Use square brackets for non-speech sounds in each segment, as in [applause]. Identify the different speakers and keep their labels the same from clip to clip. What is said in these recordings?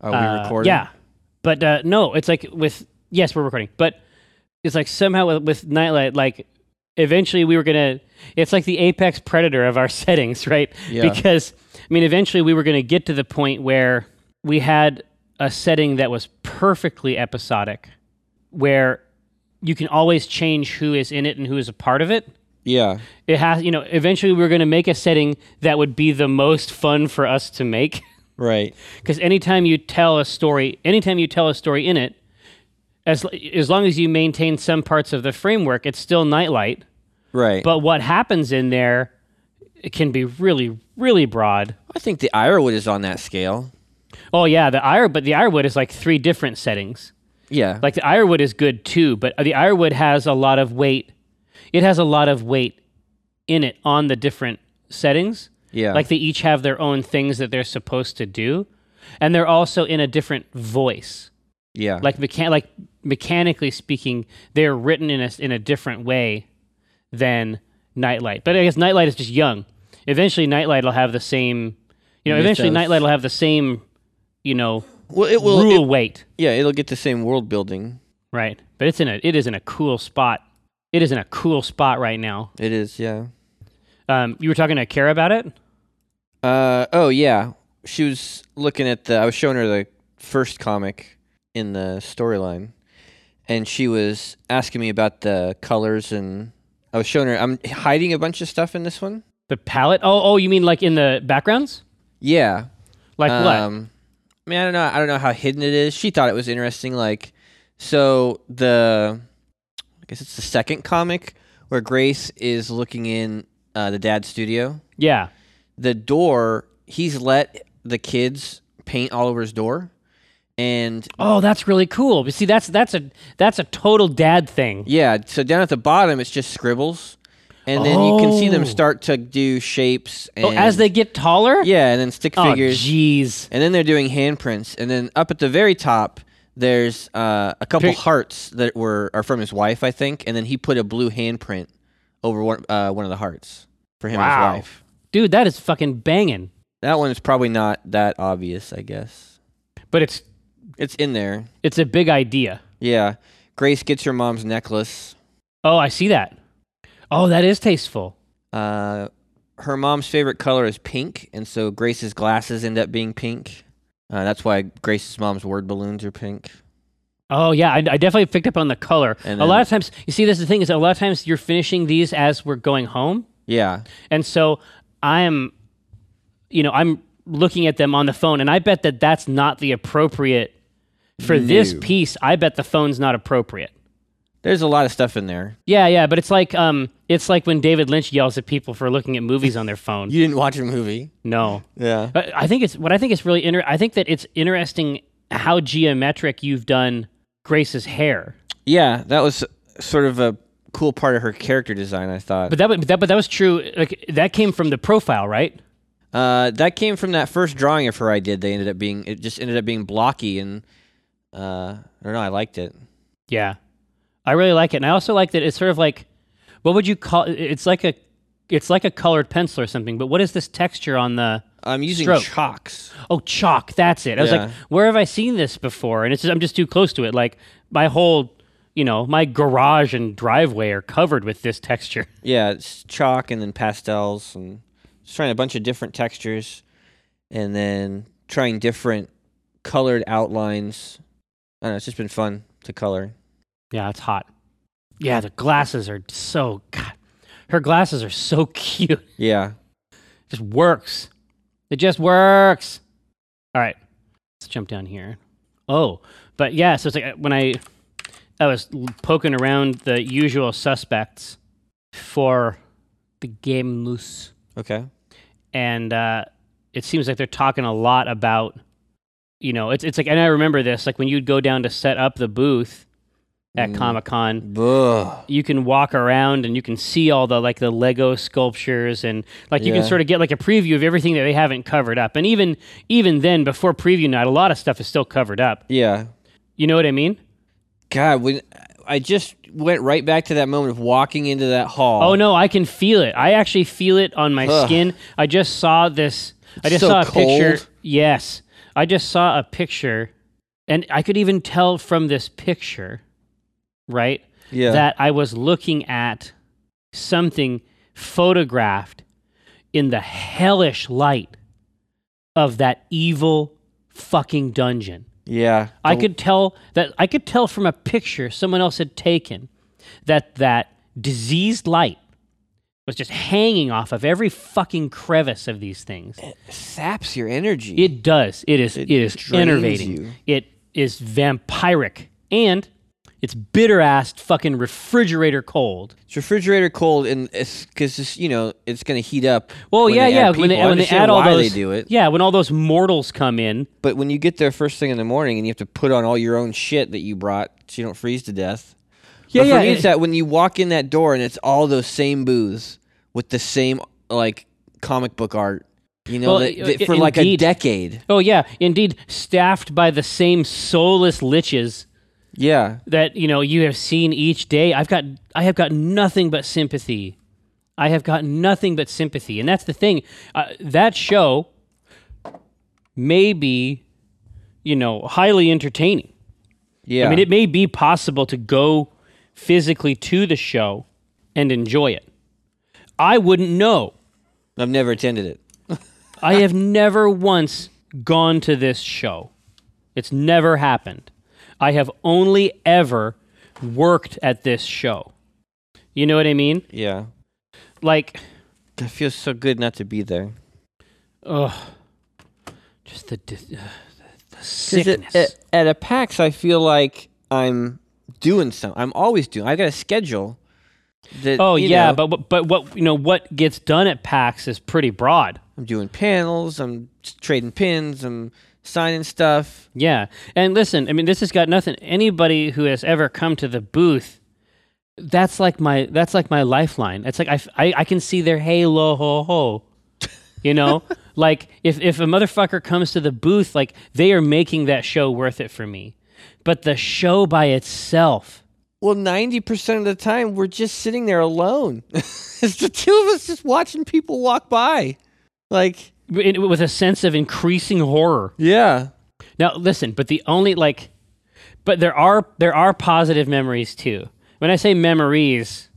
Speaker 1: Are we
Speaker 2: Uh,
Speaker 1: recording?
Speaker 2: Yeah, but uh, no, it's like with yes, we're recording, but it's like somehow with, with Nightlight, like eventually we were gonna. It's like the apex predator of our [laughs] settings, right?
Speaker 1: Yeah.
Speaker 2: Because I mean, eventually we were gonna get to the point where we had a setting that was perfectly episodic, where you can always change who is in it and who is a part of it.
Speaker 1: Yeah.
Speaker 2: It has, you know, eventually we were going to make a setting that would be the most fun for us to make.
Speaker 1: Right.
Speaker 2: because anytime you tell a story anytime you tell a story in it as as long as you maintain some parts of the framework it's still nightlight
Speaker 1: Right.
Speaker 2: but what happens in there it can be really really broad
Speaker 1: I think the Ironwood is on that scale.
Speaker 2: oh yeah the iron but the ironwood is like three different settings
Speaker 1: Yeah.
Speaker 2: like the ironwood is good too but uh, the ironwood has a lot of weight it has a lot of weight in it on the different settings
Speaker 1: yeah.
Speaker 2: like they each have their own things that they're supposed to do and they're also in a different voice
Speaker 1: yeah.
Speaker 2: like mechan- like mechanically speaking, they're written in a in a different way than Nightlight. But I guess Nightlight is just young. Eventually, Nightlight will have the same, you know. Eventually,
Speaker 1: Mythos.
Speaker 2: Nightlight will have the same, you know,
Speaker 1: well, it will.
Speaker 2: rule
Speaker 1: it-
Speaker 2: weight,
Speaker 1: yeah, it'll get the same world building.
Speaker 2: right? But it's in a it is in a cool spot. It is in a cool spot right now.
Speaker 1: It is. Yeah.
Speaker 2: Um, you were talking to Kara about it.
Speaker 1: Uh. Oh yeah. She was looking at the. I was showing her the first comic in the storyline, and she was asking me about the colors and. I was showing her. I'm hiding a bunch of stuff in this one.
Speaker 2: The palette. Oh, oh, you mean like in the backgrounds?
Speaker 1: Yeah.
Speaker 2: Like what?
Speaker 1: um, I mean, I don't know. I don't know how hidden it is. She thought it was interesting. Like, so the, I guess it's the second comic where Grace is looking in uh, the dad's studio.
Speaker 2: Yeah.
Speaker 1: The door, he's let the kids paint all over his door, and
Speaker 2: Oh, that's really cool. But see, that's that's a that's a total dad thing.
Speaker 1: yeah. So down at the bottom, it's just scribbles, and then you can see them
Speaker 2: Oh.
Speaker 1: start to do shapes. And,
Speaker 2: Oh, as they get taller.
Speaker 1: yeah, and then stick
Speaker 2: Oh,
Speaker 1: figures.
Speaker 2: jeez.
Speaker 1: And then they're doing handprints. And then up at the very top, there's uh, a couple
Speaker 2: Pic-
Speaker 1: hearts that were are from his wife, I think. And then he put a blue handprint over one uh, one of the hearts for him
Speaker 2: Wow.
Speaker 1: and his wife.
Speaker 2: Dude, that is fucking banging.
Speaker 1: That one is probably not that obvious, I guess.
Speaker 2: But it's
Speaker 1: It's in there.
Speaker 2: it's a big idea.
Speaker 1: Yeah. Grace gets her mom's necklace.
Speaker 2: Oh, I see that. Oh, that is tasteful.
Speaker 1: Uh, her mom's favorite color is pink, and so Grace's glasses end up being pink. Uh, that's why Grace's mom's word balloons are pink.
Speaker 2: Oh yeah, I, I definitely picked up on the color.
Speaker 1: And
Speaker 2: a
Speaker 1: then-
Speaker 2: lot of times, you see, this is the thing is a lot of times you're finishing these as we're going home,
Speaker 1: Yeah.
Speaker 2: and so I am, you know, I'm looking at them on the phone, and I bet that that's not the appropriate for this
Speaker 1: No.
Speaker 2: piece. I bet the phone's not appropriate.
Speaker 1: There's a lot of stuff in there.
Speaker 2: Yeah, yeah, but it's like um, it's like when David Lynch yells at people for looking at movies on their
Speaker 1: [laughs]
Speaker 2: phone.
Speaker 1: You didn't watch a movie.
Speaker 2: No,
Speaker 1: Yeah.
Speaker 2: But I think it's what I think is really inter- I think that it's interesting how geometric you've done Grace's hair.
Speaker 1: Yeah, that was sort of a cool part of her character design, I thought.
Speaker 2: But that, but that but that was true. Like that came from the profile, right?
Speaker 1: uh, that came from that first drawing of her I did. They ended up being it just ended up being blocky and uh, I don't know, I liked it.
Speaker 2: Yeah, I really like it, and I also like that it's sort of like what would you call? It's like a it's like a colored pencil or something. But what is this texture on the?
Speaker 1: I'm using
Speaker 2: Stroke.
Speaker 1: chalks.
Speaker 2: Oh, chalk. That's it. I was like,
Speaker 1: Yeah.
Speaker 2: where have I seen this before? And it's just, I'm just too close to it. Like my whole, you know, my garage and driveway are covered with this texture.
Speaker 1: Yeah, it's chalk and then pastels and just trying a bunch of different textures and then trying different colored outlines. I don't know, it's just been fun to color.
Speaker 2: Yeah, it's hot. Yeah, the glasses are so God. Her glasses are so [laughs] cute.
Speaker 1: Yeah.
Speaker 2: just works. It just works. All right, let's jump down here. Oh, but yeah, so it's like uh, when I I was l- poking around the usual suspects for the game loose,
Speaker 1: Okay.
Speaker 2: and uh, it seems like they're talking a lot about you know it's it's like and I remember this like when you'd go down to set up the booth at
Speaker 1: Mm.
Speaker 2: Comic Con
Speaker 1: Buh.
Speaker 2: you can walk around and you can see all the like the Lego sculptures and like you can
Speaker 1: Yeah.
Speaker 2: sort of get like a preview of everything that they haven't covered up. And even even then before preview night, a lot of stuff is still covered up.
Speaker 1: Yeah.
Speaker 2: You know what I mean?
Speaker 1: God, when I just went right back to that moment of walking into that hall.
Speaker 2: Oh no, I can feel it. I actually feel it on my
Speaker 1: Ugh.
Speaker 2: skin. I just saw this I just
Speaker 1: So
Speaker 2: saw a picture.
Speaker 1: cold.
Speaker 2: Yes. I just saw a picture, and I could even tell from this picture, right,
Speaker 1: Yeah.
Speaker 2: that I was looking at something photographed in the hellish light of that evil fucking dungeon.
Speaker 1: yeah.
Speaker 2: I
Speaker 1: The-
Speaker 2: could tell that I could tell from a picture someone else had taken that that diseased light was just hanging off of every fucking crevice of these things.
Speaker 1: saps your energy.
Speaker 2: It does. It is. It, it is
Speaker 1: drains
Speaker 2: enervating.
Speaker 1: you.
Speaker 2: It is vampiric, and it's bitter assed fucking refrigerator cold.
Speaker 1: it's refrigerator cold, and it's because you know it's gonna heat up.
Speaker 2: Well,
Speaker 1: when they
Speaker 2: yeah,
Speaker 1: add
Speaker 2: yeah.
Speaker 1: people.
Speaker 2: When they,
Speaker 1: I
Speaker 2: when they
Speaker 1: understand
Speaker 2: add all
Speaker 1: why
Speaker 2: those,
Speaker 1: they do it.
Speaker 2: yeah, when all those mortals come in,
Speaker 1: But when you get there first thing in the morning and you have to put on all your own shit that you brought, so you don't freeze to death.
Speaker 2: Yeah,
Speaker 1: but
Speaker 2: yeah,
Speaker 1: For me,
Speaker 2: it-
Speaker 1: it's that when you walk in that door and it's all those same booths with the same like comic book art, you know,
Speaker 2: Well,
Speaker 1: that,
Speaker 2: i-
Speaker 1: that
Speaker 2: i-
Speaker 1: for like a
Speaker 2: indeed.
Speaker 1: decade.
Speaker 2: oh yeah, indeed, staffed by the same soulless liches
Speaker 1: Yeah.
Speaker 2: that you know you have seen each day i've got i have got nothing but sympathy i have got nothing but sympathy and that's the thing uh, that show may be you know highly entertaining
Speaker 1: Yeah.
Speaker 2: i mean it may be possible to go physically to the show and enjoy it i wouldn't know
Speaker 1: I've never attended it.
Speaker 2: I have never once gone to this show. It's never happened. I have only ever worked at this show. You know what I mean?
Speaker 1: Yeah.
Speaker 2: Like,
Speaker 1: It feels so good not to be there.
Speaker 2: ugh, just the dis- ugh, the, the
Speaker 1: 'Cause it- uh,
Speaker 2: sickness.
Speaker 1: At, at a PAX, I feel like I'm doing something. I'm always doing. I got a schedule. That,
Speaker 2: oh
Speaker 1: you
Speaker 2: yeah,
Speaker 1: know,
Speaker 2: but but but what you know what gets done at PAX is pretty broad.
Speaker 1: I'm doing panels. I'm s- trading pins. I'm signing stuff.
Speaker 2: Yeah. And listen, I mean this has got nothing anybody who has ever come to the booth that's like my that's like my lifeline. It's like I f- I, I can see their hey lo ho ho. You know? [laughs] like if if a motherfucker comes to the booth like they are making that show worth it for me. But the show by itself
Speaker 1: Well, ninety percent of the time, we're just sitting there alone. [laughs] it's the two of us just watching people walk by. Like,
Speaker 2: w- in- with a sense of increasing horror.
Speaker 1: yeah,
Speaker 2: Now listen, but the only like, but there are there are positive memories too. When I say memories,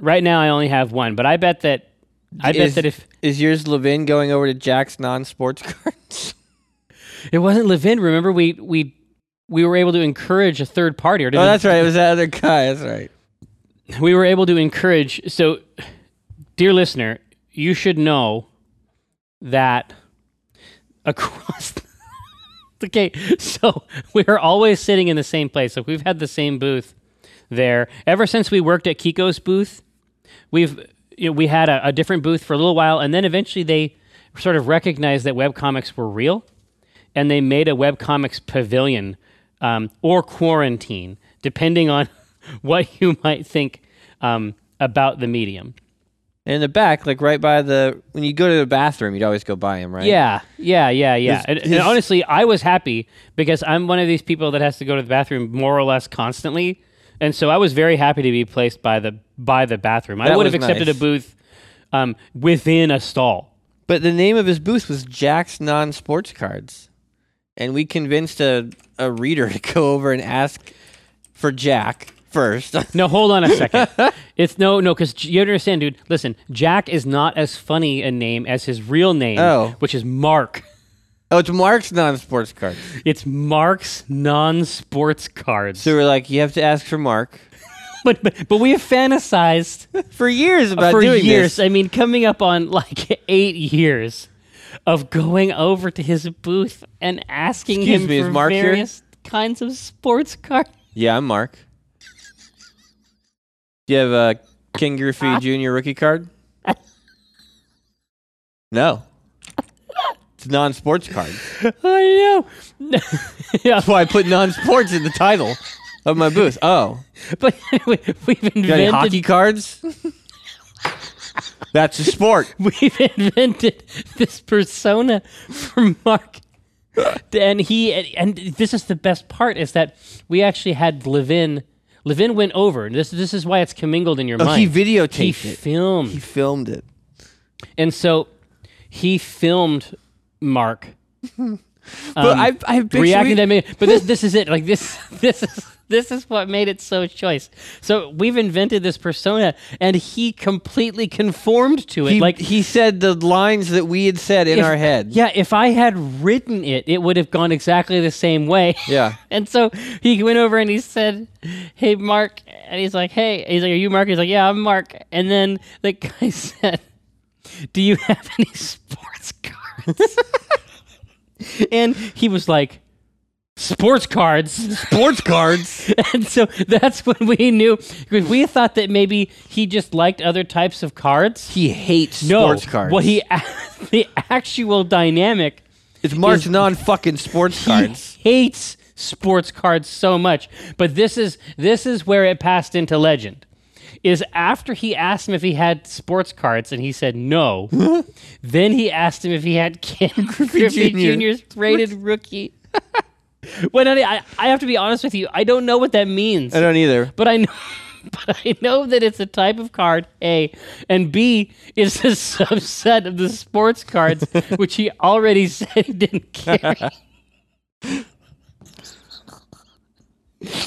Speaker 2: right now I only have one, but I bet that I bet
Speaker 1: Is-
Speaker 2: that if
Speaker 1: is yours Levin going over to Jack's non-sports [laughs] cards?
Speaker 2: it wasn't Levin, remember we we we were able to encourage a third party, or did
Speaker 1: oh,
Speaker 2: we-
Speaker 1: that's right. It was that other guy. That's right.
Speaker 2: we were able to encourage. So, dear listener, you should know that across. [laughs] The, okay, so we are always sitting in the same place. Like we've had the same booth there ever since we worked at Kiko's booth. We've you know, we had a, a different booth for a little while, and then eventually they sort of recognized that webcomics were real, and they made a webcomics pavilion um, or quarantine, depending on [laughs] what you might think um, about the medium.
Speaker 1: In the back, like right by the when you go to the bathroom, you'd always go by him, right?
Speaker 2: Yeah, yeah, yeah, yeah.
Speaker 1: His-
Speaker 2: and, and
Speaker 1: his-
Speaker 2: honestly, I was happy because I'm one of these people that has to go to the bathroom more or less constantly, and so I was very happy to be placed by the by the bathroom. I
Speaker 1: That
Speaker 2: would have
Speaker 1: was
Speaker 2: accepted
Speaker 1: nice.
Speaker 2: a booth um, within a stall.
Speaker 1: But the name of his booth was Jack's Non Sports Cards. And we convinced a, a reader [laughs] to go over and ask for Jack first. [laughs]
Speaker 2: No, hold on a second. it's no, no, because you understand, dude. Listen, Jack is not as funny a name as his real name,
Speaker 1: Oh.
Speaker 2: which is Mark.
Speaker 1: oh, it's Mark's non sports cards.
Speaker 2: It's Mark's non-sports cards.
Speaker 1: So we're like, you have to ask for Mark.
Speaker 2: but, but but we have fantasized
Speaker 1: For years about
Speaker 2: for
Speaker 1: doing
Speaker 2: years.
Speaker 1: this.
Speaker 2: I mean, coming up on like [laughs] eight years of going over to his booth and asking
Speaker 1: Excuse
Speaker 2: him
Speaker 1: me, is
Speaker 2: for
Speaker 1: Mark here?
Speaker 2: various kinds of sports cards. [laughs]
Speaker 1: Yeah, I'm Mark. Do you have a King Griffey Jr. rookie
Speaker 2: [laughs]
Speaker 1: card? No. It's non sports cards.
Speaker 2: I know. yeah,
Speaker 1: That's why I put non sports in the title of my booth. Oh.
Speaker 2: but [laughs] we, we've invented
Speaker 1: You got any hockey cards? That's a sport.
Speaker 2: [laughs] we've invented this persona for Mark. and he and this is the best part is that we actually had Levin Levin went over. and This this is why it's commingled in your
Speaker 1: Oh, he
Speaker 2: mind. He
Speaker 1: videotaped it.
Speaker 2: filmed.
Speaker 1: he filmed it.
Speaker 2: and so he filmed Mark
Speaker 1: but
Speaker 2: Um,
Speaker 1: I've, I've been
Speaker 2: reacting to me. But this this is it. Like this [laughs] this is this is what made it so choice. So we've invented this persona, and he completely conformed to it.
Speaker 1: He,
Speaker 2: like
Speaker 1: he said the lines that we had said in
Speaker 2: if-
Speaker 1: our head.
Speaker 2: Yeah, if I had written it, it would have gone exactly the same way. [laughs]
Speaker 1: Yeah.
Speaker 2: And so he went over and he said, "Hey, Mark," and he's like, "Hey," he's like, "Are you Mark?" He's like, "Yeah, I'm Mark." And then the guy [laughs] said, "Do you have any sports cards?" [laughs] and he was like, "Sports cards." [laughs]
Speaker 1: Sports cards.
Speaker 2: and so that's when we knew because we thought that maybe he just liked other types of cards.
Speaker 1: he hates
Speaker 2: No,
Speaker 1: sports cards.
Speaker 2: what he [laughs] a- the actual dynamic
Speaker 1: it's Mark's non fucking sports cards.
Speaker 2: He hates sports cards so much. But this is this is where it passed into legend. Is after he asked him if he had sports cards and he said no. then he asked him if he
Speaker 1: [laughs]
Speaker 2: had Ken Griffey,
Speaker 1: Jr..
Speaker 2: Jr.'s rated rookie. [laughs] when I, I I have to be honest with you, I don't know what that means.
Speaker 1: I don't either.
Speaker 2: But I know [laughs] but I know that it's a type of card, A, and B is a [laughs] subset of the sports
Speaker 1: [laughs]
Speaker 2: cards, which he already [laughs] said he didn't carry. [laughs]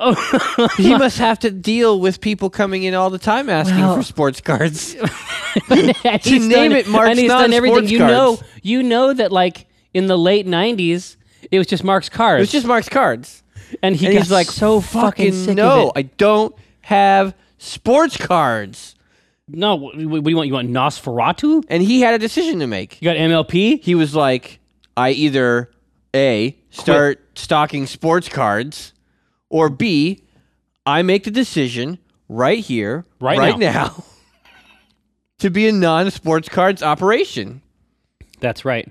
Speaker 2: Oh,
Speaker 1: He must have to deal with people coming in all the time asking for sports cards.
Speaker 2: [laughs] and he's
Speaker 1: name it Mark's
Speaker 2: and he's done
Speaker 1: non-sports
Speaker 2: everything. You know,
Speaker 1: cards.
Speaker 2: you know that like in the late '90s, it was just Mark's cards.
Speaker 1: It's just Mark's cards.
Speaker 2: and he
Speaker 1: And
Speaker 2: got
Speaker 1: he's like,
Speaker 2: so fucking sick
Speaker 1: no,
Speaker 2: of it.
Speaker 1: I don't have sports cards.
Speaker 2: No, what, what do you want? You want Nosferatu?
Speaker 1: And he had a decision to make.
Speaker 2: You got MLP?
Speaker 1: he was like, I either A, start stocking sports cards, or B, I make the decision right here,
Speaker 2: Right
Speaker 1: now, [laughs] to be a non sports cards operation.
Speaker 2: That's right.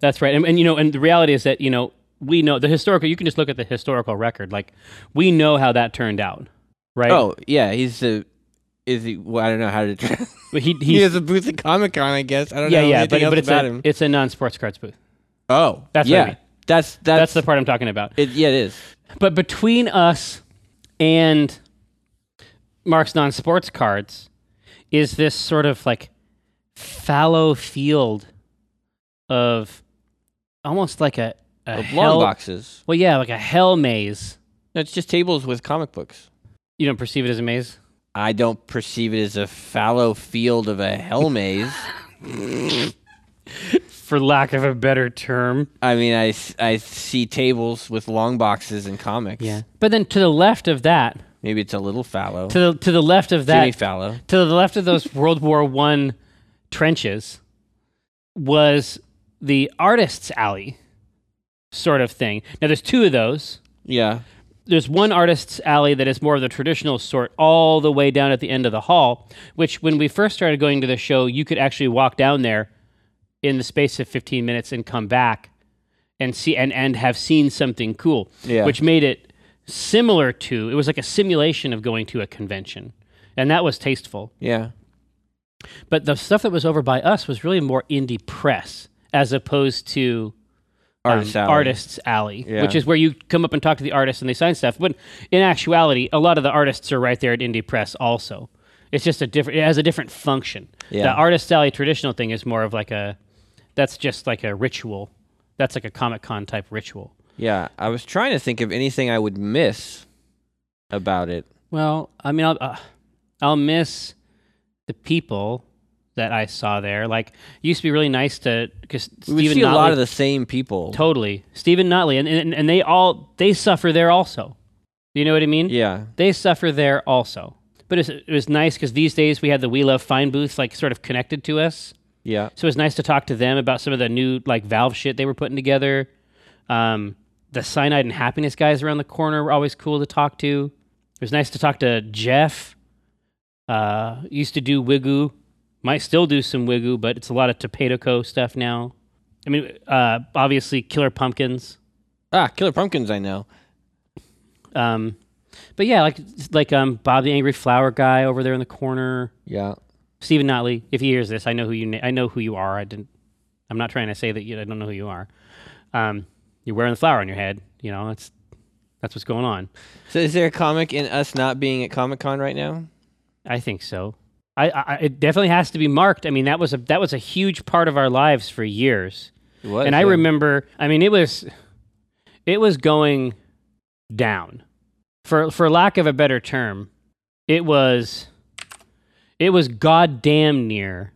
Speaker 2: That's right. And, and you know, and the reality is that you know we know the historical. You can just look at the historical record. Like we know how that turned out, right?
Speaker 1: Oh, yeah, he's the. Is he? Well, I don't know how to.
Speaker 2: but he, he's,
Speaker 1: [laughs] he has a booth at Comic Con, I guess. I don't
Speaker 2: yeah,
Speaker 1: know
Speaker 2: yeah.
Speaker 1: anything
Speaker 2: But,
Speaker 1: else
Speaker 2: but it's
Speaker 1: about
Speaker 2: a
Speaker 1: him.
Speaker 2: it's a non-sports cards booth.
Speaker 1: oh,
Speaker 2: That's what I
Speaker 1: yeah.
Speaker 2: mean.
Speaker 1: That's
Speaker 2: That's
Speaker 1: that's,
Speaker 2: the part I'm talking about.
Speaker 1: it, yeah, it is.
Speaker 2: But between us and Mark's non sports cards is this sort of like fallow field of almost like a, a
Speaker 1: Long
Speaker 2: hell,
Speaker 1: boxes.
Speaker 2: Well, yeah, like a hell maze.
Speaker 1: No, it's just tables with comic books.
Speaker 2: You don't perceive it as a maze?
Speaker 1: I don't perceive it as a fallow field of a hell [laughs] maze.
Speaker 2: For lack of a better term.
Speaker 1: I mean, I, s- I see tables with long boxes and comics.
Speaker 2: Yeah. But then to the left of that,
Speaker 1: Maybe it's a little fallow.
Speaker 2: to the, to the left of that,
Speaker 1: Jimmy Fallow.
Speaker 2: to the left of those [laughs] World War One trenches was the artist's alley sort of thing. Now there's two of those.
Speaker 1: Yeah.
Speaker 2: There's one artist's alley that is more of the traditional sort, all the way down at the end of the hall. Which, when we first started going to the show, you could actually walk down there in the space of 15 minutes and come back and see and, and have seen something cool.
Speaker 1: Yeah.
Speaker 2: Which made it similar to it was like a simulation of going to a convention, and that was tasteful.
Speaker 1: Yeah.
Speaker 2: But the stuff that was over by us was really more indie press as opposed to um,
Speaker 1: Artist alley.
Speaker 2: Artists Alley,
Speaker 1: Yeah.
Speaker 2: which is where you come up and talk to the artists and they sign stuff. But in actuality, a lot of the artists are right there at indie press also. It's just a different. It has a different function.
Speaker 1: Yeah.
Speaker 2: The Artist Alley traditional thing is more of like a. That's just like a ritual. That's like a Comic Con type ritual.
Speaker 1: Yeah. I was trying to think of anything I would miss about it.
Speaker 2: Well, I mean, I'll, uh, I'll miss the people that I saw there. Like, it used to be really nice to because
Speaker 1: We would
Speaker 2: Stephen
Speaker 1: see a lot
Speaker 2: Notley-
Speaker 1: of the same people.
Speaker 2: totally Stephen Notley, and, and and they all they suffer there also. You know what I mean?
Speaker 1: yeah.
Speaker 2: They suffer there also. But it's, it was nice because these days we had the We Love Fine booth like sort of connected to us.
Speaker 1: Yeah.
Speaker 2: So it was nice to talk to them about some of the new like Valve shit they were putting together. Um, the Cyanide and Happiness guys around the corner were always cool to talk to. It was nice to talk to Jeff. Uh, used to do Wigoo, might still do some Wigoo, but it's a lot of Topatoco stuff now. I mean, uh, obviously Killer Pumpkins.
Speaker 1: Ah, Killer Pumpkins, I know.
Speaker 2: Um, but yeah, like like um, Bob the Angry Flower guy over there in the corner.
Speaker 1: Yeah.
Speaker 2: Stephen Notley, if he hears this, I know who you. Na- I know who you are. I didn't. I'm not trying to say that you. I don't know who you are. Um, you're wearing the flower on your head. You know that's that's what's going on.
Speaker 1: So is there a comic in us not being at Comic Con right now?
Speaker 2: I think so. I, I I- it definitely has to be marked. I mean that was a that was a huge part of our lives for years.
Speaker 1: It was,
Speaker 2: and I
Speaker 1: yeah.
Speaker 2: remember, I mean, it was, it was going down, for for lack of a better term, it was, it was goddamn near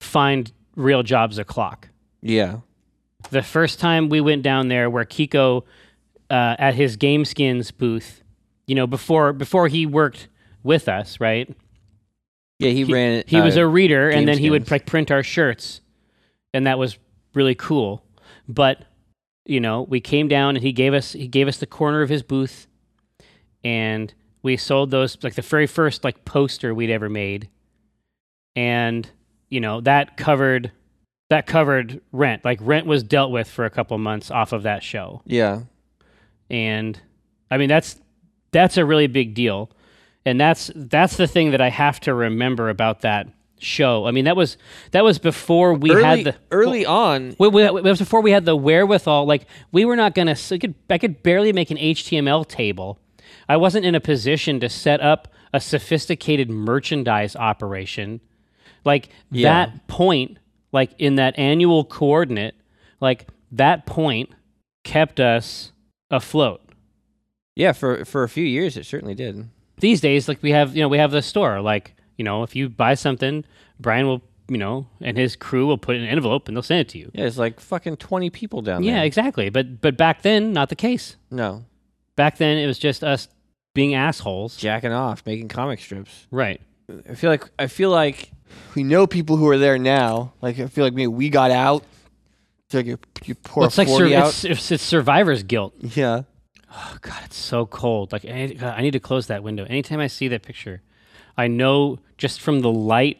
Speaker 2: find real jobs o'clock.
Speaker 1: Yeah.
Speaker 2: The first time we went down there, where Kiko, uh, at his GameSkins booth, you know, before before he worked with us, right?
Speaker 1: Yeah, he, ran it.
Speaker 2: He was
Speaker 1: uh,
Speaker 2: a reader, and then he would
Speaker 1: GameSkins.
Speaker 2: like print our shirts, and that was really cool. But you know, we came down, and he gave us he gave us the corner of his booth, and we sold those like the very first like poster we'd ever made, and you know that covered that covered rent. Like rent was dealt with for a couple months off of that show
Speaker 1: Yeah.
Speaker 2: and I mean that's that's a really big deal, and that's that's the thing that I have to remember about that show. I mean that was that was before we
Speaker 1: early,
Speaker 2: had the
Speaker 1: early on.
Speaker 2: Well, we- we- that was before we had the wherewithal. Like we were not gonna. So could, I could barely make an HTML table. I wasn't in a position to set up a sophisticated merchandise operation. Like
Speaker 1: Yeah.
Speaker 2: that point, like in that annual coordinate, like that point kept us afloat.
Speaker 1: Yeah, for for a few years it certainly did.
Speaker 2: these days like we have you know we have the store like you know if you buy something brian will you know and his crew will put it in an envelope and they'll send it to you
Speaker 1: Yeah, it's like fucking twenty people down
Speaker 2: yeah
Speaker 1: there.
Speaker 2: exactly but but back then not the case
Speaker 1: No,
Speaker 2: back then it was just us being assholes
Speaker 1: jacking off, making comic strips.
Speaker 2: right
Speaker 1: I feel like I feel like we know people who are there now. Like I feel like maybe we got out. It's like you, you pour
Speaker 2: Well,
Speaker 1: a
Speaker 2: it's like sur-
Speaker 1: forty Mm.
Speaker 2: it's, it's, it's survivor's guilt
Speaker 1: out. Yeah.
Speaker 2: oh god it's so cold like I need, I need to close that window anytime i see that picture i know just from the light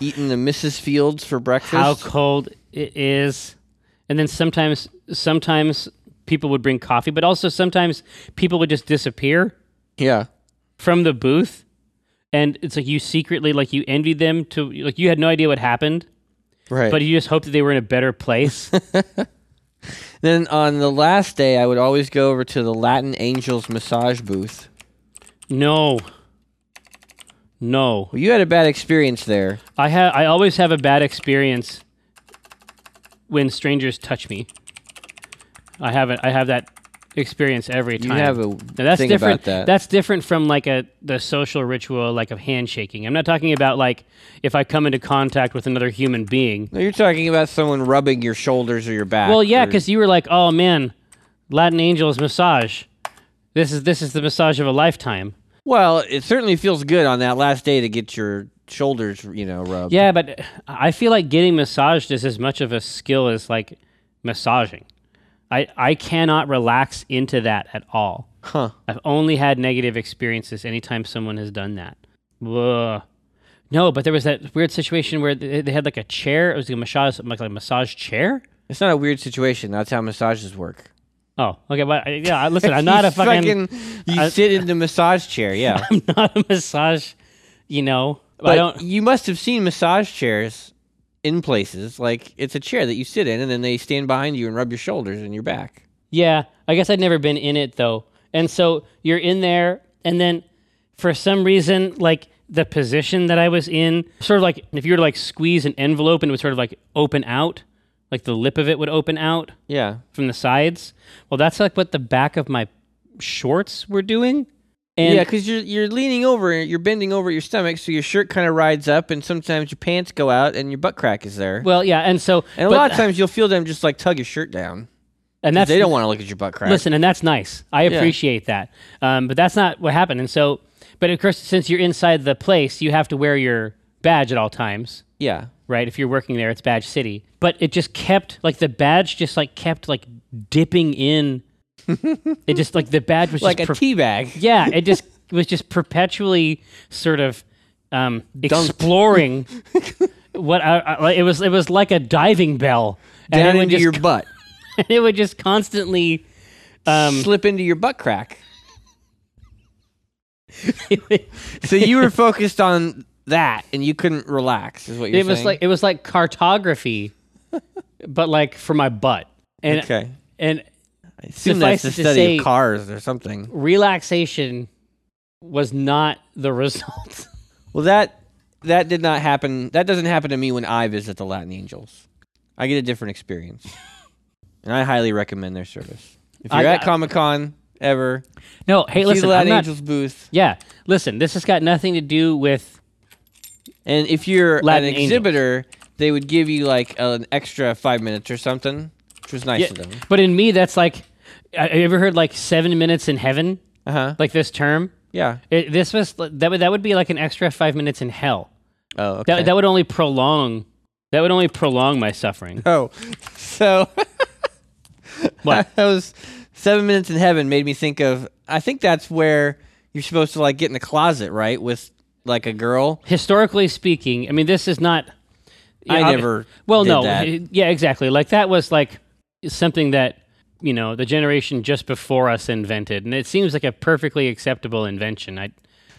Speaker 1: Eating the Mrs. Fields for breakfast.
Speaker 2: how cold it is. And then sometimes sometimes people would bring coffee, but also sometimes people would just disappear
Speaker 1: yeah.
Speaker 2: from the booth. And it's like you secretly like you envied them to like you had no idea what happened,
Speaker 1: Right.
Speaker 2: but you just hoped that they were in a better place.
Speaker 1: then on the last day, I would always go over to the Latin Angels massage booth.
Speaker 2: no. No.
Speaker 1: Well, you had a bad experience there.
Speaker 2: I have I always have a bad experience when strangers touch me. I have it I have that experience every
Speaker 1: You
Speaker 2: time.
Speaker 1: have a
Speaker 2: Now that's
Speaker 1: thing
Speaker 2: different.
Speaker 1: about that.
Speaker 2: That's different from like a the social ritual, like of handshaking. I'm not talking about like if I come into contact with another human being.
Speaker 1: No, you're talking about someone rubbing your shoulders or your back.
Speaker 2: Well, yeah,
Speaker 1: or-
Speaker 2: because you were like, oh man, Latin Angels massage. This is this is the massage of a lifetime.
Speaker 1: well, it certainly feels good on that last day to get your shoulders, you know, rubbed.
Speaker 2: Yeah, but I feel like getting massaged is as much of a skill as like massaging. I I cannot relax into that at all.
Speaker 1: Huh.
Speaker 2: I've only had negative experiences anytime someone has done that. Ugh. No, but there was that weird situation where they, they had like a chair. It was like a massage, like a massage chair.
Speaker 1: It's not a weird situation. That's how massages work.
Speaker 2: Oh, okay. Well, I- yeah. I-
Speaker 1: [laughs]
Speaker 2: Listen, I'm not
Speaker 1: You
Speaker 2: a fucking,
Speaker 1: you
Speaker 2: I-
Speaker 1: sit in the massage chair, yeah.
Speaker 2: [laughs] I'm not a massage. You know,
Speaker 1: but
Speaker 2: I don't.
Speaker 1: you must have seen massage chairs in places. Like it's a chair that you sit in and then they stand behind you and rub your shoulders and your back.
Speaker 2: Yeah, I guess I'd never been in it though. And so you're in there, and then for some reason, like the position that I was in, sort of like if you were to like squeeze an envelope and it would sort of like open out, like the lip of it would open out.
Speaker 1: Yeah.
Speaker 2: from the sides. Well, that's like what the back of my shorts were doing. And
Speaker 1: yeah, because you're you're leaning over, you're bending over your stomach, so your shirt kind of rides up, and sometimes your pants go out, and your butt crack is there.
Speaker 2: well, yeah, and so
Speaker 1: and a
Speaker 2: but-
Speaker 1: lot of times you'll feel them just like tug your shirt down.
Speaker 2: and that's
Speaker 1: They don't want to look at your butt crack.
Speaker 2: listen, and that's nice. I appreciate that. Um, but that's not what happened. And so, but of course, since you're inside the place, you have to wear your badge at all times.
Speaker 1: Yeah.
Speaker 2: right? If you're working there, it's Badge City. But it just kept like the badge just like kept like dipping
Speaker 1: [laughs]
Speaker 2: in. it just like the badge was
Speaker 1: Like a
Speaker 2: just
Speaker 1: tea bag.
Speaker 2: yeah, it just it was just perpetually sort of
Speaker 1: [laughs]
Speaker 2: um, exploring what I, I like, it was. It was like a diving bell, and
Speaker 1: Down
Speaker 2: it would
Speaker 1: into
Speaker 2: just
Speaker 1: your butt.
Speaker 2: [laughs] it would just constantly
Speaker 1: Slip into your butt crack.
Speaker 2: it
Speaker 1: [laughs] So you were focused on that, and you couldn't relax, is what you're saying.
Speaker 2: was like it was
Speaker 1: [laughs]
Speaker 2: like cartography, but like for my butt and
Speaker 1: okay.
Speaker 2: and
Speaker 1: I assume that's the
Speaker 2: suffice it to
Speaker 1: study
Speaker 2: say-
Speaker 1: of cars or something.
Speaker 2: relaxation was not the [laughs] result.
Speaker 1: Well, that that did not happen. That doesn't happen to me when I visit the Latin Angels. I get a different experience, and I highly recommend their service. If
Speaker 2: I
Speaker 1: you're at
Speaker 2: got-
Speaker 1: Comic Con ever,
Speaker 2: No, hey,
Speaker 1: see
Speaker 2: listen,
Speaker 1: the Loud
Speaker 2: I'm not,
Speaker 1: Angels booth,
Speaker 2: yeah, listen, this has got nothing to do with.
Speaker 1: and if you're
Speaker 2: Latin
Speaker 1: an
Speaker 2: Angels.
Speaker 1: exhibitor, they would give you like an extra five minutes or something, which was nice
Speaker 2: Yeah,
Speaker 1: of them.
Speaker 2: but in me, that's like, I- have you ever heard like seven minutes in heaven?
Speaker 1: Uh huh.
Speaker 2: Like this term?
Speaker 1: Yeah.
Speaker 2: It, this was that would that would be like an extra five minutes in hell.
Speaker 1: Oh. Okay.
Speaker 2: That that would only prolong. That would only prolong
Speaker 1: [laughs]
Speaker 2: my suffering.
Speaker 1: Oh, so [laughs]
Speaker 2: What?
Speaker 1: that was seven minutes in heaven made me think of. I think that's where you're supposed to like get in the closet, right, with like a girl.
Speaker 2: Historically speaking, I mean, this is not.
Speaker 1: I
Speaker 2: Yeah, ob-
Speaker 1: never.
Speaker 2: Well,
Speaker 1: did
Speaker 2: no.
Speaker 1: that.
Speaker 2: eh, Yeah, exactly. Like that was like something that you know the generation just before us invented, and it seems like a perfectly acceptable invention. I,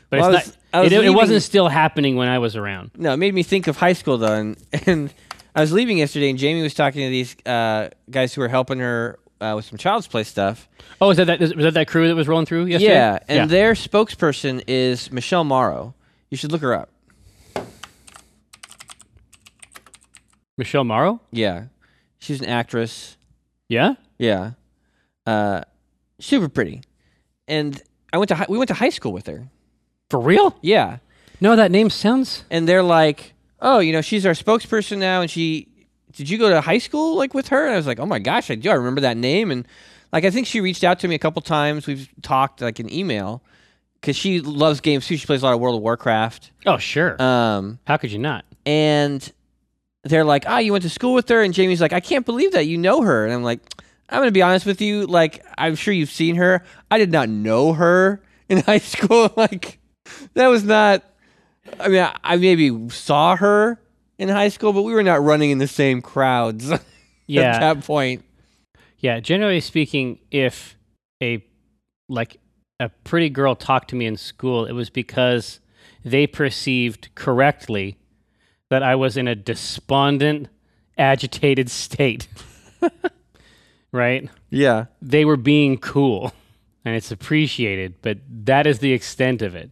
Speaker 2: but
Speaker 1: Well, I
Speaker 2: it's
Speaker 1: was-
Speaker 2: not.
Speaker 1: I was
Speaker 2: it, it
Speaker 1: leaving-
Speaker 2: wasn't still happening when I was around.
Speaker 1: No, it made me think of high school though, and, and I was leaving yesterday, and Jamie was talking to these uh, guys who were helping her uh, with some child's play stuff.
Speaker 2: Oh, is that that is, was that that crew that was rolling through yesterday?
Speaker 1: Yeah, and their spokesperson is Michelle Morrow. You should look her up.
Speaker 2: Michelle Morrow.
Speaker 1: Yeah, she's an actress.
Speaker 2: Yeah.
Speaker 1: Yeah, uh, super pretty, and I went to hi- we went to high school with her.
Speaker 2: For real?
Speaker 1: Yeah,
Speaker 2: No, that name sounds.
Speaker 1: and they're like, "Oh, you know, she's our spokesperson now, and she did you go to high school like with her?" And I was like, "Oh my gosh, I do. I remember that name." And like, I think she reached out to me a couple times. We've talked like in email because she loves games too. She plays a lot of World of Warcraft.
Speaker 2: Oh, sure.
Speaker 1: Um,
Speaker 2: How could you not?
Speaker 1: and they're like, "Ah, you went to school with her." And Jamie's like, "I can't believe that you know her." And I'm like, "I'm gonna be honest with you. Like, I'm sure you've seen her. I did not know her [laughs] in high school. [laughs] like, that was not. I mean, I, I maybe saw her in high school, but we were not running in the same crowds [laughs]
Speaker 2: Yeah.
Speaker 1: at that point.
Speaker 2: Yeah, generally speaking, if a like a pretty girl talked to me in school, it was because they perceived correctly that I was in a despondent, agitated state. right?
Speaker 1: Yeah,
Speaker 2: They were being cool and it's appreciated, but that is the extent of it.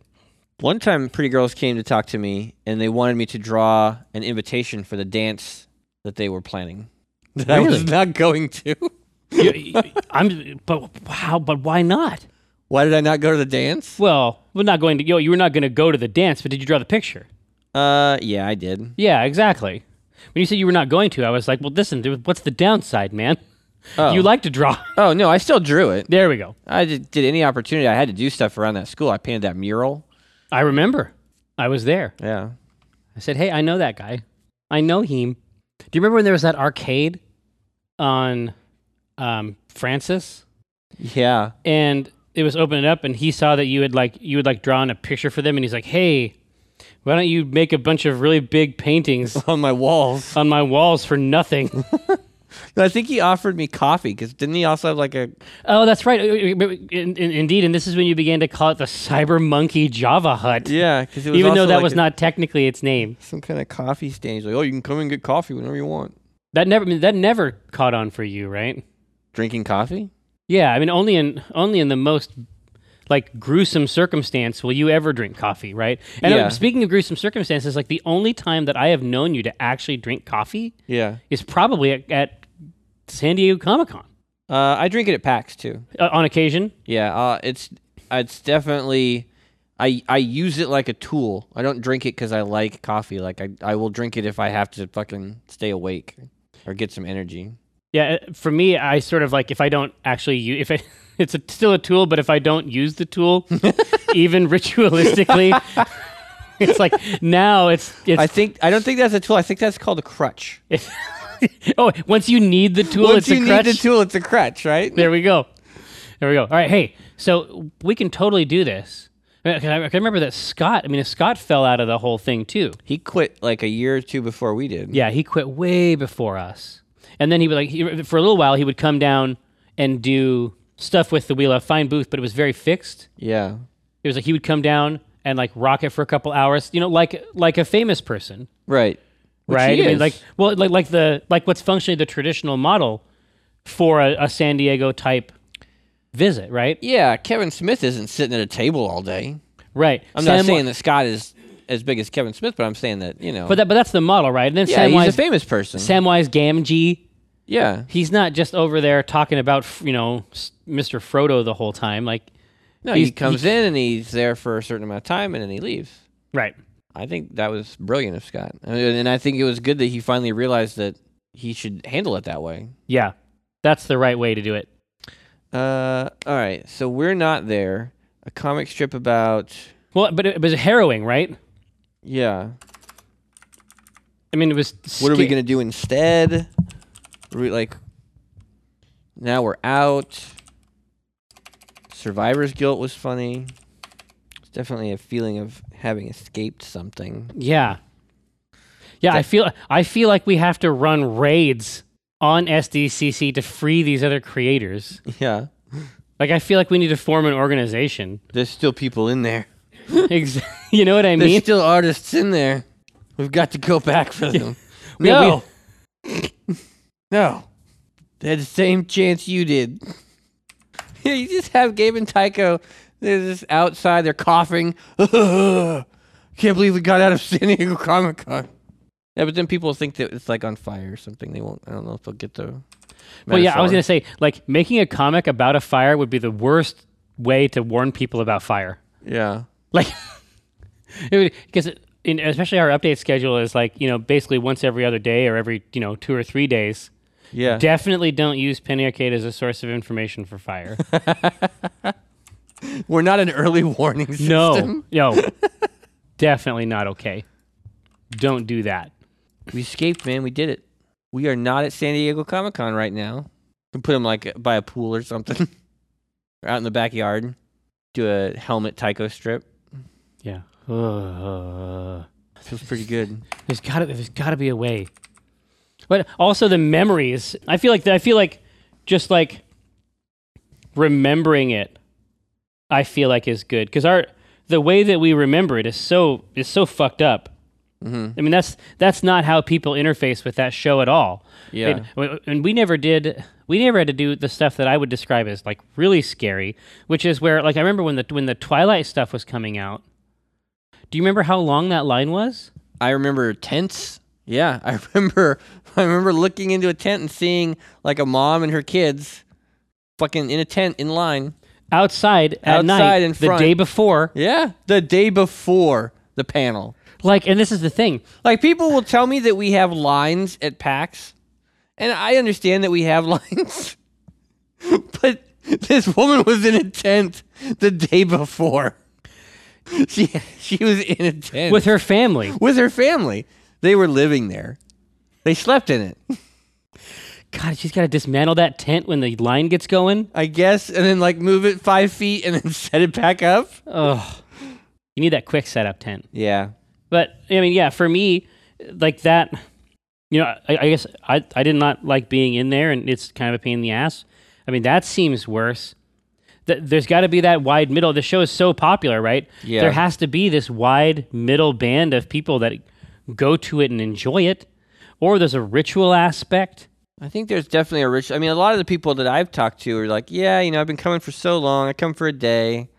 Speaker 1: One time, pretty girls came to talk to me, and they wanted me to draw an invitation for the dance that they were planning. [laughs] That I was
Speaker 2: Really?
Speaker 1: not going to.
Speaker 2: You- I'm but how but why not?
Speaker 1: Why did I not go to the dance?
Speaker 2: Well, we're not going to yo, you were not going to go to the dance, but did you draw the picture?
Speaker 1: Uh, yeah, I did.
Speaker 2: Yeah, exactly. When you said you were not going to, I was like, well, listen, dude, what's the downside, man?
Speaker 1: Oh.
Speaker 2: You like to draw. [laughs]
Speaker 1: Oh no, I still drew it.
Speaker 2: there we go.
Speaker 1: I did, did any opportunity I had to do stuff around that school. I painted that mural.
Speaker 2: I remember. I was there.
Speaker 1: Yeah.
Speaker 2: I said, hey, I know that guy. I know him. Do you remember when there was that arcade on um, Francis?
Speaker 1: Yeah.
Speaker 2: And it was opening up, and he saw that you had like you had like drawn a picture for them, and he's like, hey, why don't you make a bunch of really big paintings
Speaker 1: [laughs] On my walls.
Speaker 2: on my walls for nothing?
Speaker 1: I think he offered me coffee because didn't he also have like a?
Speaker 2: Oh, that's right. Uh, uh, uh, in- in- Indeed, and this is when you began to call it the Cyber Monkey Java Hut.
Speaker 1: Yeah, because
Speaker 2: Even though that was not technically its name,
Speaker 1: some kind of coffee stand. He's like, oh, you can come and get coffee whenever you want.
Speaker 2: that never I mean, that never caught on for you, right?
Speaker 1: Drinking coffee?
Speaker 2: Yeah, I mean, only in only in the most like gruesome circumstance will you ever drink coffee, right? And uh,
Speaker 1: Yeah.
Speaker 2: speaking of gruesome circumstances, like the only time that I have known you to actually drink coffee
Speaker 1: Yeah.
Speaker 2: is probably at, at San Diego Comic Con
Speaker 1: Uh, I drink it at PAX too.
Speaker 2: uh, on occasion.
Speaker 1: Yeah. Uh, it's it's definitely. I, I use it like a tool. I don't drink it because I like coffee. Like I, I will drink it if I have to fucking stay awake or get some energy.
Speaker 2: Yeah, uh, for me, I sort of like if I don't actually use if I, [laughs] it's a, still a tool, but if I don't use the tool,
Speaker 1: [laughs]
Speaker 2: even ritualistically, [laughs] it's like now it's
Speaker 1: I
Speaker 2: it's,
Speaker 1: think I don't think that's a tool. I think that's called a crutch.
Speaker 2: it's oh once you need the tool,
Speaker 1: Once
Speaker 2: it's
Speaker 1: you
Speaker 2: a crutch.
Speaker 1: need the tool, it's a crutch, right?
Speaker 2: there we go, there we go. All right, hey, so we can totally do this. Uh, I, can- I can remember that Scott. I mean, Scott fell out of the whole thing too.
Speaker 1: He quit like a year or two before we did.
Speaker 2: Yeah, he quit way before us. And then he would like he, for a little while he would come down and do stuff with the Wheel of Fine booth, but it was very fixed.
Speaker 1: Yeah.
Speaker 2: It was like he would come down and like rock it for a couple hours, you know, like like a famous person,
Speaker 1: Right. Which
Speaker 2: right?
Speaker 1: he
Speaker 2: I mean,
Speaker 1: is.
Speaker 2: like well, like like the like what's functionally the traditional model for a, a San Diego type visit, right?
Speaker 1: yeah, Kevin Smith isn't sitting at a table all day.
Speaker 2: Right.
Speaker 1: I'm not saying that Scott is as big as Kevin Smith, but I'm saying that you know.
Speaker 2: But that, but that's the model, right? And then
Speaker 1: yeah,
Speaker 2: Samwise,
Speaker 1: he's a famous person.
Speaker 2: Samwise Gamgee.
Speaker 1: yeah,
Speaker 2: He's not just over there talking about f- you know s- Mr. Frodo the whole time. Like
Speaker 1: no,
Speaker 2: he's-
Speaker 1: he comes in and he's there for a certain amount of time and then he leaves.
Speaker 2: right,
Speaker 1: I think that was brilliant of Scott, and, and I think it was good that he finally realized that he should handle it that way.
Speaker 2: yeah, that's the right way to do it.
Speaker 1: Uh, all right, so we're not there. A comic strip about
Speaker 2: Well, but it, was harrowing, right?
Speaker 1: yeah.
Speaker 2: I mean, it was.
Speaker 1: What are we
Speaker 2: sca-
Speaker 1: gonna do instead? Are we like now we're out. Survivor's guilt was funny. It's definitely a feeling of having escaped something. [laughs]
Speaker 2: Yeah. Yeah, I feel I feel like we have to run raids on SDCC to free these other creators.
Speaker 1: Yeah,
Speaker 2: Like I feel like we need to form an organization.
Speaker 1: there's still people in there.
Speaker 2: Ex- you know what I
Speaker 1: There's
Speaker 2: mean?
Speaker 1: still artists in there. We've got to go back [laughs] for them.
Speaker 2: We-
Speaker 1: no, no, they had the same chance you did. [laughs] you just have Gabe and Tycho. They're just outside. They're coughing. [laughs] Can't believe we got out of [laughs] San Diego Comic Con. Yeah, but then people think that it's like on fire or something. They won't. I don't know if they'll get the.
Speaker 2: Well, yeah, I
Speaker 1: metaphor.
Speaker 2: was going to say like making a comic about a fire would be the worst way to warn people about fire.
Speaker 1: Yeah.
Speaker 2: Like [laughs] it would because in especially our update schedule is like, you know, basically once every other day or every, you know, two or three days.
Speaker 1: Yeah.
Speaker 2: Definitely don't use Penny Arcade as a source of information for fire.
Speaker 1: We're not an early warning system.
Speaker 2: No, [laughs] no, definitely not okay. Don't do that.
Speaker 1: We escaped, man. We did it. We are not at San Diego Comic Con right now. We put him like by a pool or something. [laughs] or out in the backyard. Do a helmet Tycho strip.
Speaker 2: Yeah. Uh,
Speaker 1: Feels pretty good.
Speaker 2: there's got to there's got to be a way. But also the memories. I feel like I feel like just like remembering it. I feel like is good because our the way that we remember it is so is so fucked up. I mean that's that's not how people interface with that show at all.
Speaker 1: Yeah.
Speaker 2: And, and we never did. We never had to do the stuff that I would describe as like really scary, which is where like I remember when the when the Twilight stuff was coming out. Do you remember how long that line was?
Speaker 1: I remember tents. Yeah, [laughs] I remember. I remember looking into a tent and seeing like a mom and her kids, fucking in a tent in line.
Speaker 2: Outside at night,
Speaker 1: Outside in
Speaker 2: the
Speaker 1: front.
Speaker 2: day before.
Speaker 1: Yeah, the day before the panel.
Speaker 2: Like, and this is the thing.
Speaker 1: Like people will tell me that we have lines at PAX, and I understand that we have [laughs] lines, but this woman was in a tent the day before. She she was in a tent
Speaker 2: With her family,
Speaker 1: with her family. They were living there. They slept in it,
Speaker 2: God, she's got to dismantle that tent when the line gets going.
Speaker 1: I guess, and then like move it five feet and then [laughs] set it back up.
Speaker 2: Ugh, you need that quick setup tent.
Speaker 1: Yeah,
Speaker 2: But I mean, yeah, for me, like that, you know, I, I guess I, I did not like being in there, and it's kind of a pain in the ass. I mean, that seems worse. Th- there's got to be that wide middle. The show is so popular, right?
Speaker 1: Yeah.
Speaker 2: There has to be this wide middle band of people that go to it and enjoy it, or there's a ritual aspect.
Speaker 1: I think there's definitely a rich. I mean, a lot of the people that I've talked to are like, yeah, you know, I've been coming for so long. I come for a day.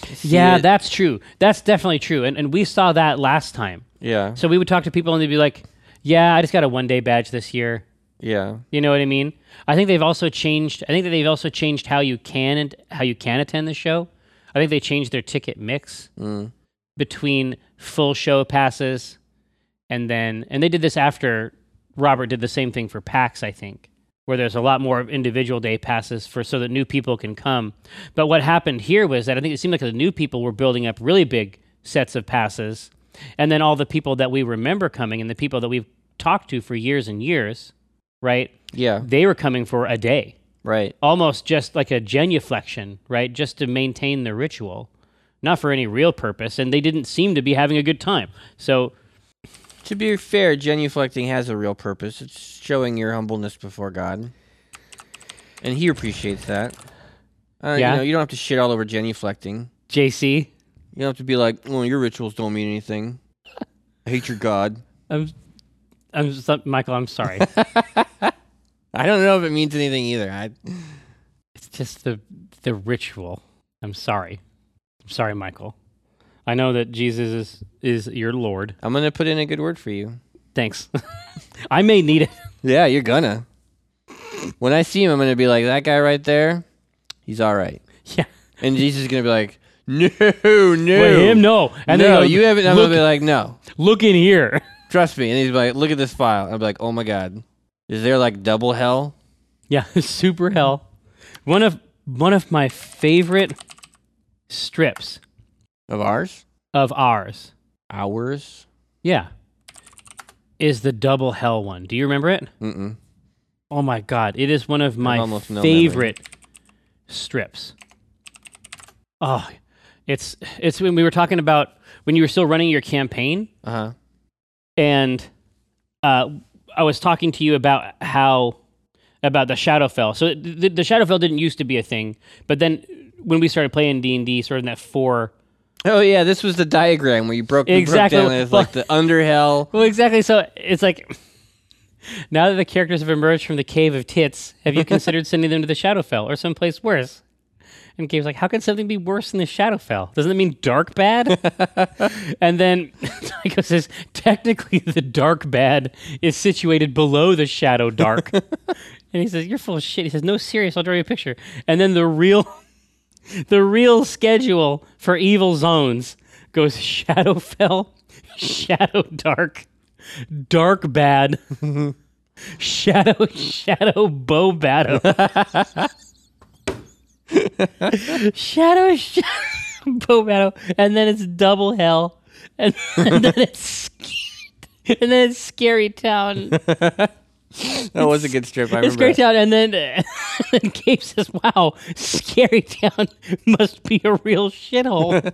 Speaker 1: I see
Speaker 2: yeah,
Speaker 1: it."
Speaker 2: that's true. That's definitely true. And, and we saw that last time.
Speaker 1: yeah,
Speaker 2: So we would talk to people and they'd be like, yeah, I just got a one day badge this year.
Speaker 1: yeah.
Speaker 2: You know what I mean? I think they've also changed. I think that they've also changed how you can and how you can attend the show. I think they changed their ticket mix between full show passes and then and they did this after Robert did the same thing for PAX, I think, where there's a lot more of individual day passes for so that new people can come. But what happened here was that I think it seemed like the new people were building up really big sets of passes, and then all the people that we remember coming and the people that we've talked to for years and years, right?
Speaker 1: Yeah,
Speaker 2: they were coming for a day,
Speaker 1: right.
Speaker 2: almost just like a genuflection, right? Just to maintain the ritual, not for any real purpose. And they didn't seem to be having a good time. So,
Speaker 1: To be fair, genuflecting has a real purpose. It's showing your humbleness before God, and He appreciates that. Uh,
Speaker 2: Yeah.
Speaker 1: You know, you don't have to shit all over genuflecting.
Speaker 2: JC,
Speaker 1: You don't have to be like, "Well, your rituals don't mean anything." I hate your God.
Speaker 2: I'm, I'm so- Michael,
Speaker 1: [laughs]
Speaker 2: I'm sorry.
Speaker 1: I don't know if it means anything either. I,
Speaker 2: it's just the the ritual. I'm sorry. I'm sorry, Michael. I know that Jesus is is your Lord.
Speaker 1: I'm gonna put in a good word for you.
Speaker 2: Thanks. [laughs] I may need it. [laughs]
Speaker 1: Yeah, you're gonna. When I see him, I'm gonna be like that guy right there. He's all right.
Speaker 2: Yeah.
Speaker 1: And Jesus is gonna be like, no, no,
Speaker 2: But him, no. And then
Speaker 1: no,
Speaker 2: he'll-
Speaker 1: you haven't. I'm
Speaker 2: Look,
Speaker 1: gonna be like, no,
Speaker 2: look in here.
Speaker 1: trust me. And he's like, look at this file. I'm like, oh my god, is there like double hell?
Speaker 2: Yeah, [laughs] super hell. One of one of my favorite strips
Speaker 1: Of ours?
Speaker 2: of ours.
Speaker 1: Ours?
Speaker 2: Yeah. Is the double hell one. Do you remember it?
Speaker 1: Mm-mm.
Speaker 2: Oh my god, it is one of my
Speaker 1: almost no memory.
Speaker 2: favorite strips. Oh, it's it's when we were talking about when you were still running your campaign
Speaker 1: Uh huh.
Speaker 2: and uh, I was talking to you about how about the Shadowfell. So the, the Shadowfell didn't used to be a thing, but then when we started playing D and D, sort of in that four.
Speaker 1: Oh yeah, this was the diagram where you broke you
Speaker 2: Exactly.
Speaker 1: broke down as like the under hell.
Speaker 2: Well, exactly. So it's like now that the characters have emerged from the cave of tits, have you considered sending them to the Shadowfell or someplace worse? And Gabe's like, how can something be worse than the Shadowfell? Doesn't it mean dark bad? and then Tycho says, technically, the dark bad is situated below the shadow dark. and he says, you're full of shit. He says, no, serious. I'll draw you a picture. And then the real, the real schedule for evil zones goes Shadowfell, Shadow Dark, Dark Bad, Shadow Shadow Bow Battle, Shadow Shadow Bow Battle, and then it's Double Hell, and, [laughs] and then it's and then it's Scary Town.
Speaker 1: [laughs] That was a good strip. I remember.
Speaker 2: It's [laughs] Scary
Speaker 1: it.
Speaker 2: Town, and then uh, [laughs] and Gabe says, "Wow, Scary Town [laughs] must be a
Speaker 1: [laughs]
Speaker 2: real shithole."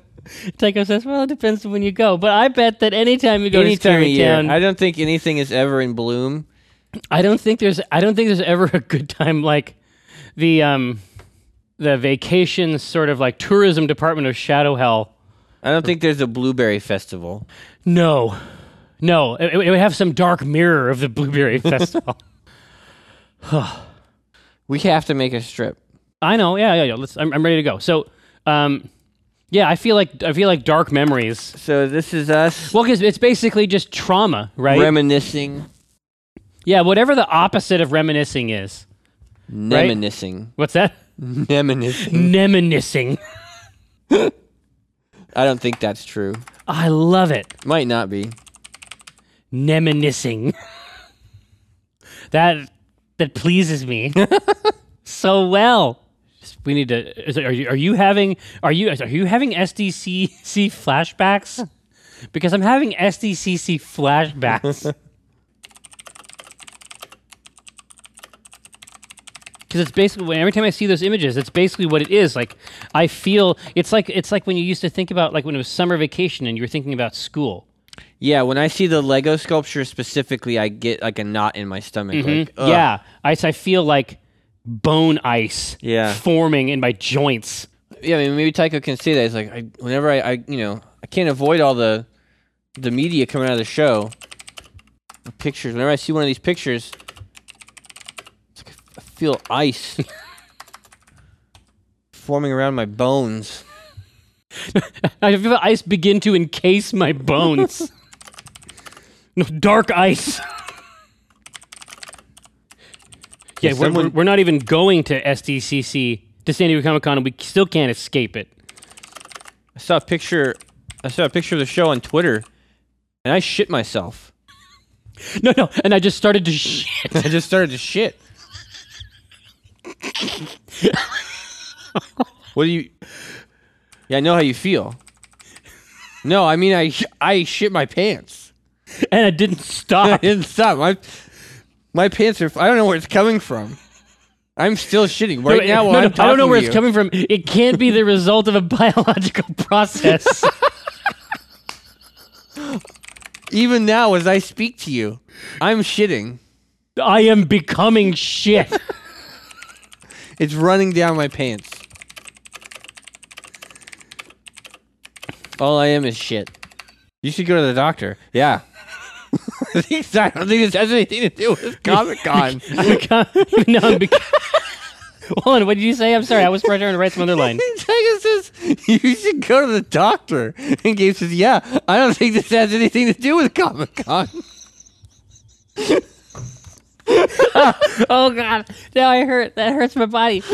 Speaker 2: Tycho says, "Well, it depends on when you go, but I bet that anytime you go
Speaker 1: Any
Speaker 2: to
Speaker 1: time of
Speaker 2: Scary
Speaker 1: year,
Speaker 2: Town,
Speaker 1: I don't think anything is ever in bloom.
Speaker 2: I don't think there's I don't think there's ever a good time like the um the vacation sort of like tourism department of Shadow Hell.
Speaker 1: I don't think there's a blueberry festival.
Speaker 2: No, no, it, it would have some dark mirror of the Blueberry [laughs] Festival."
Speaker 1: We have to make a strip.
Speaker 2: I know. Yeah, yeah, yeah. Let's. I'm, I'm ready to go. So, um, yeah, I feel like I feel like dark memories.
Speaker 1: So this is us
Speaker 2: Well, because it's basically just trauma, right?
Speaker 1: reminiscing,
Speaker 2: yeah, whatever the opposite of reminiscing is.
Speaker 1: reminiscing,
Speaker 2: What's that?
Speaker 1: reminiscing.
Speaker 2: Reminiscing.
Speaker 1: I don't think that's true.
Speaker 2: [laughs] I love it.
Speaker 1: Might not be.
Speaker 2: Reminiscing. [laughs] that that pleases me [laughs] so well. We need to. Is, are you are you having are you are you having SDCC flashbacks? [laughs] Because I'm having SDCC flashbacks. Because it's basically when- every time I see those images, it's basically what it is. Like I feel it's like it's like when you used to think about like when it was summer vacation and you were thinking about school.
Speaker 1: Yeah, when I see the Lego sculpture specifically, I get like a knot in my stomach. Like, ugh.
Speaker 2: Mm-hmm. Yeah, I, I feel like bone ice
Speaker 1: Yeah.
Speaker 2: forming in my joints.
Speaker 1: yeah. I mean, maybe Tycho can see that. It's like I, whenever I, I, you know, I can't avoid all the, the media coming out of the show. The pictures. Whenever I see one of these pictures, it's like I feel ice [laughs] forming around my bones.
Speaker 2: I feel the ice begin to encase
Speaker 1: [laughs]
Speaker 2: my bones. no, dark ice. [laughs] yeah,
Speaker 1: If
Speaker 2: we're,
Speaker 1: someone-
Speaker 2: we're, we're not even going to SDCC, to San Diego Comic Con, and we still can't escape it.
Speaker 1: I saw a picture. I saw a picture of the show on Twitter, and I shit myself.
Speaker 2: No, no, and I just started to shit. [laughs]
Speaker 1: I just started to shit. what do you? Yeah, I know how you feel. No, I mean I sh- I shit my pants.
Speaker 2: And I didn't
Speaker 1: I [laughs]
Speaker 2: stop.
Speaker 1: didn't stop. My my pants are. I don't know where it's coming from. I'm still shitting right now. While
Speaker 2: No, no,
Speaker 1: I'm
Speaker 2: I don't know
Speaker 1: talking
Speaker 2: where
Speaker 1: to
Speaker 2: it's
Speaker 1: you.
Speaker 2: coming from. It can't be the result of a [laughs] biological
Speaker 1: [laughs]
Speaker 2: process.
Speaker 1: Even now, as I speak to you, I'm shitting.
Speaker 2: I am becoming shit.
Speaker 1: It's running down my pants. All I am is shit. You should go to the doctor. [laughs] Yeah. I think so. I don't think this has anything to do with Comic [laughs] Con.
Speaker 2: I'm become, [laughs] no, I'm become, Hold on, what did you say? I'm sorry, I was trying to write some other line.
Speaker 1: Tiger says you should go to the doctor. And Gabe says, Yeah, I don't think this has anything to do with Comic [laughs] Con.
Speaker 2: [laughs] Oh God! Now I hurt. That hurts my body. [laughs]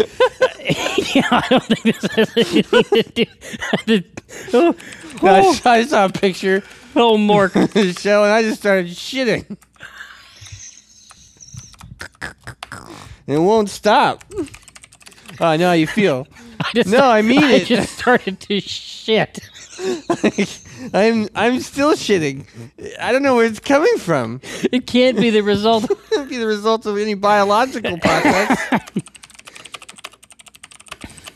Speaker 2: yeah, I don't think this has anything to do. the- oh,
Speaker 1: I, saw, I saw a picture
Speaker 2: oh, Mork.
Speaker 1: of the show and I just started [laughs] shitting. It won't stop. Oh, I know how you feel.
Speaker 2: [laughs] I just,
Speaker 1: No, I mean
Speaker 2: I
Speaker 1: it.
Speaker 2: just started to shit.
Speaker 1: I'm I'm still shitting. I don't know where it's coming from.
Speaker 2: It can't be the result.
Speaker 1: It'd be the result of any biological process.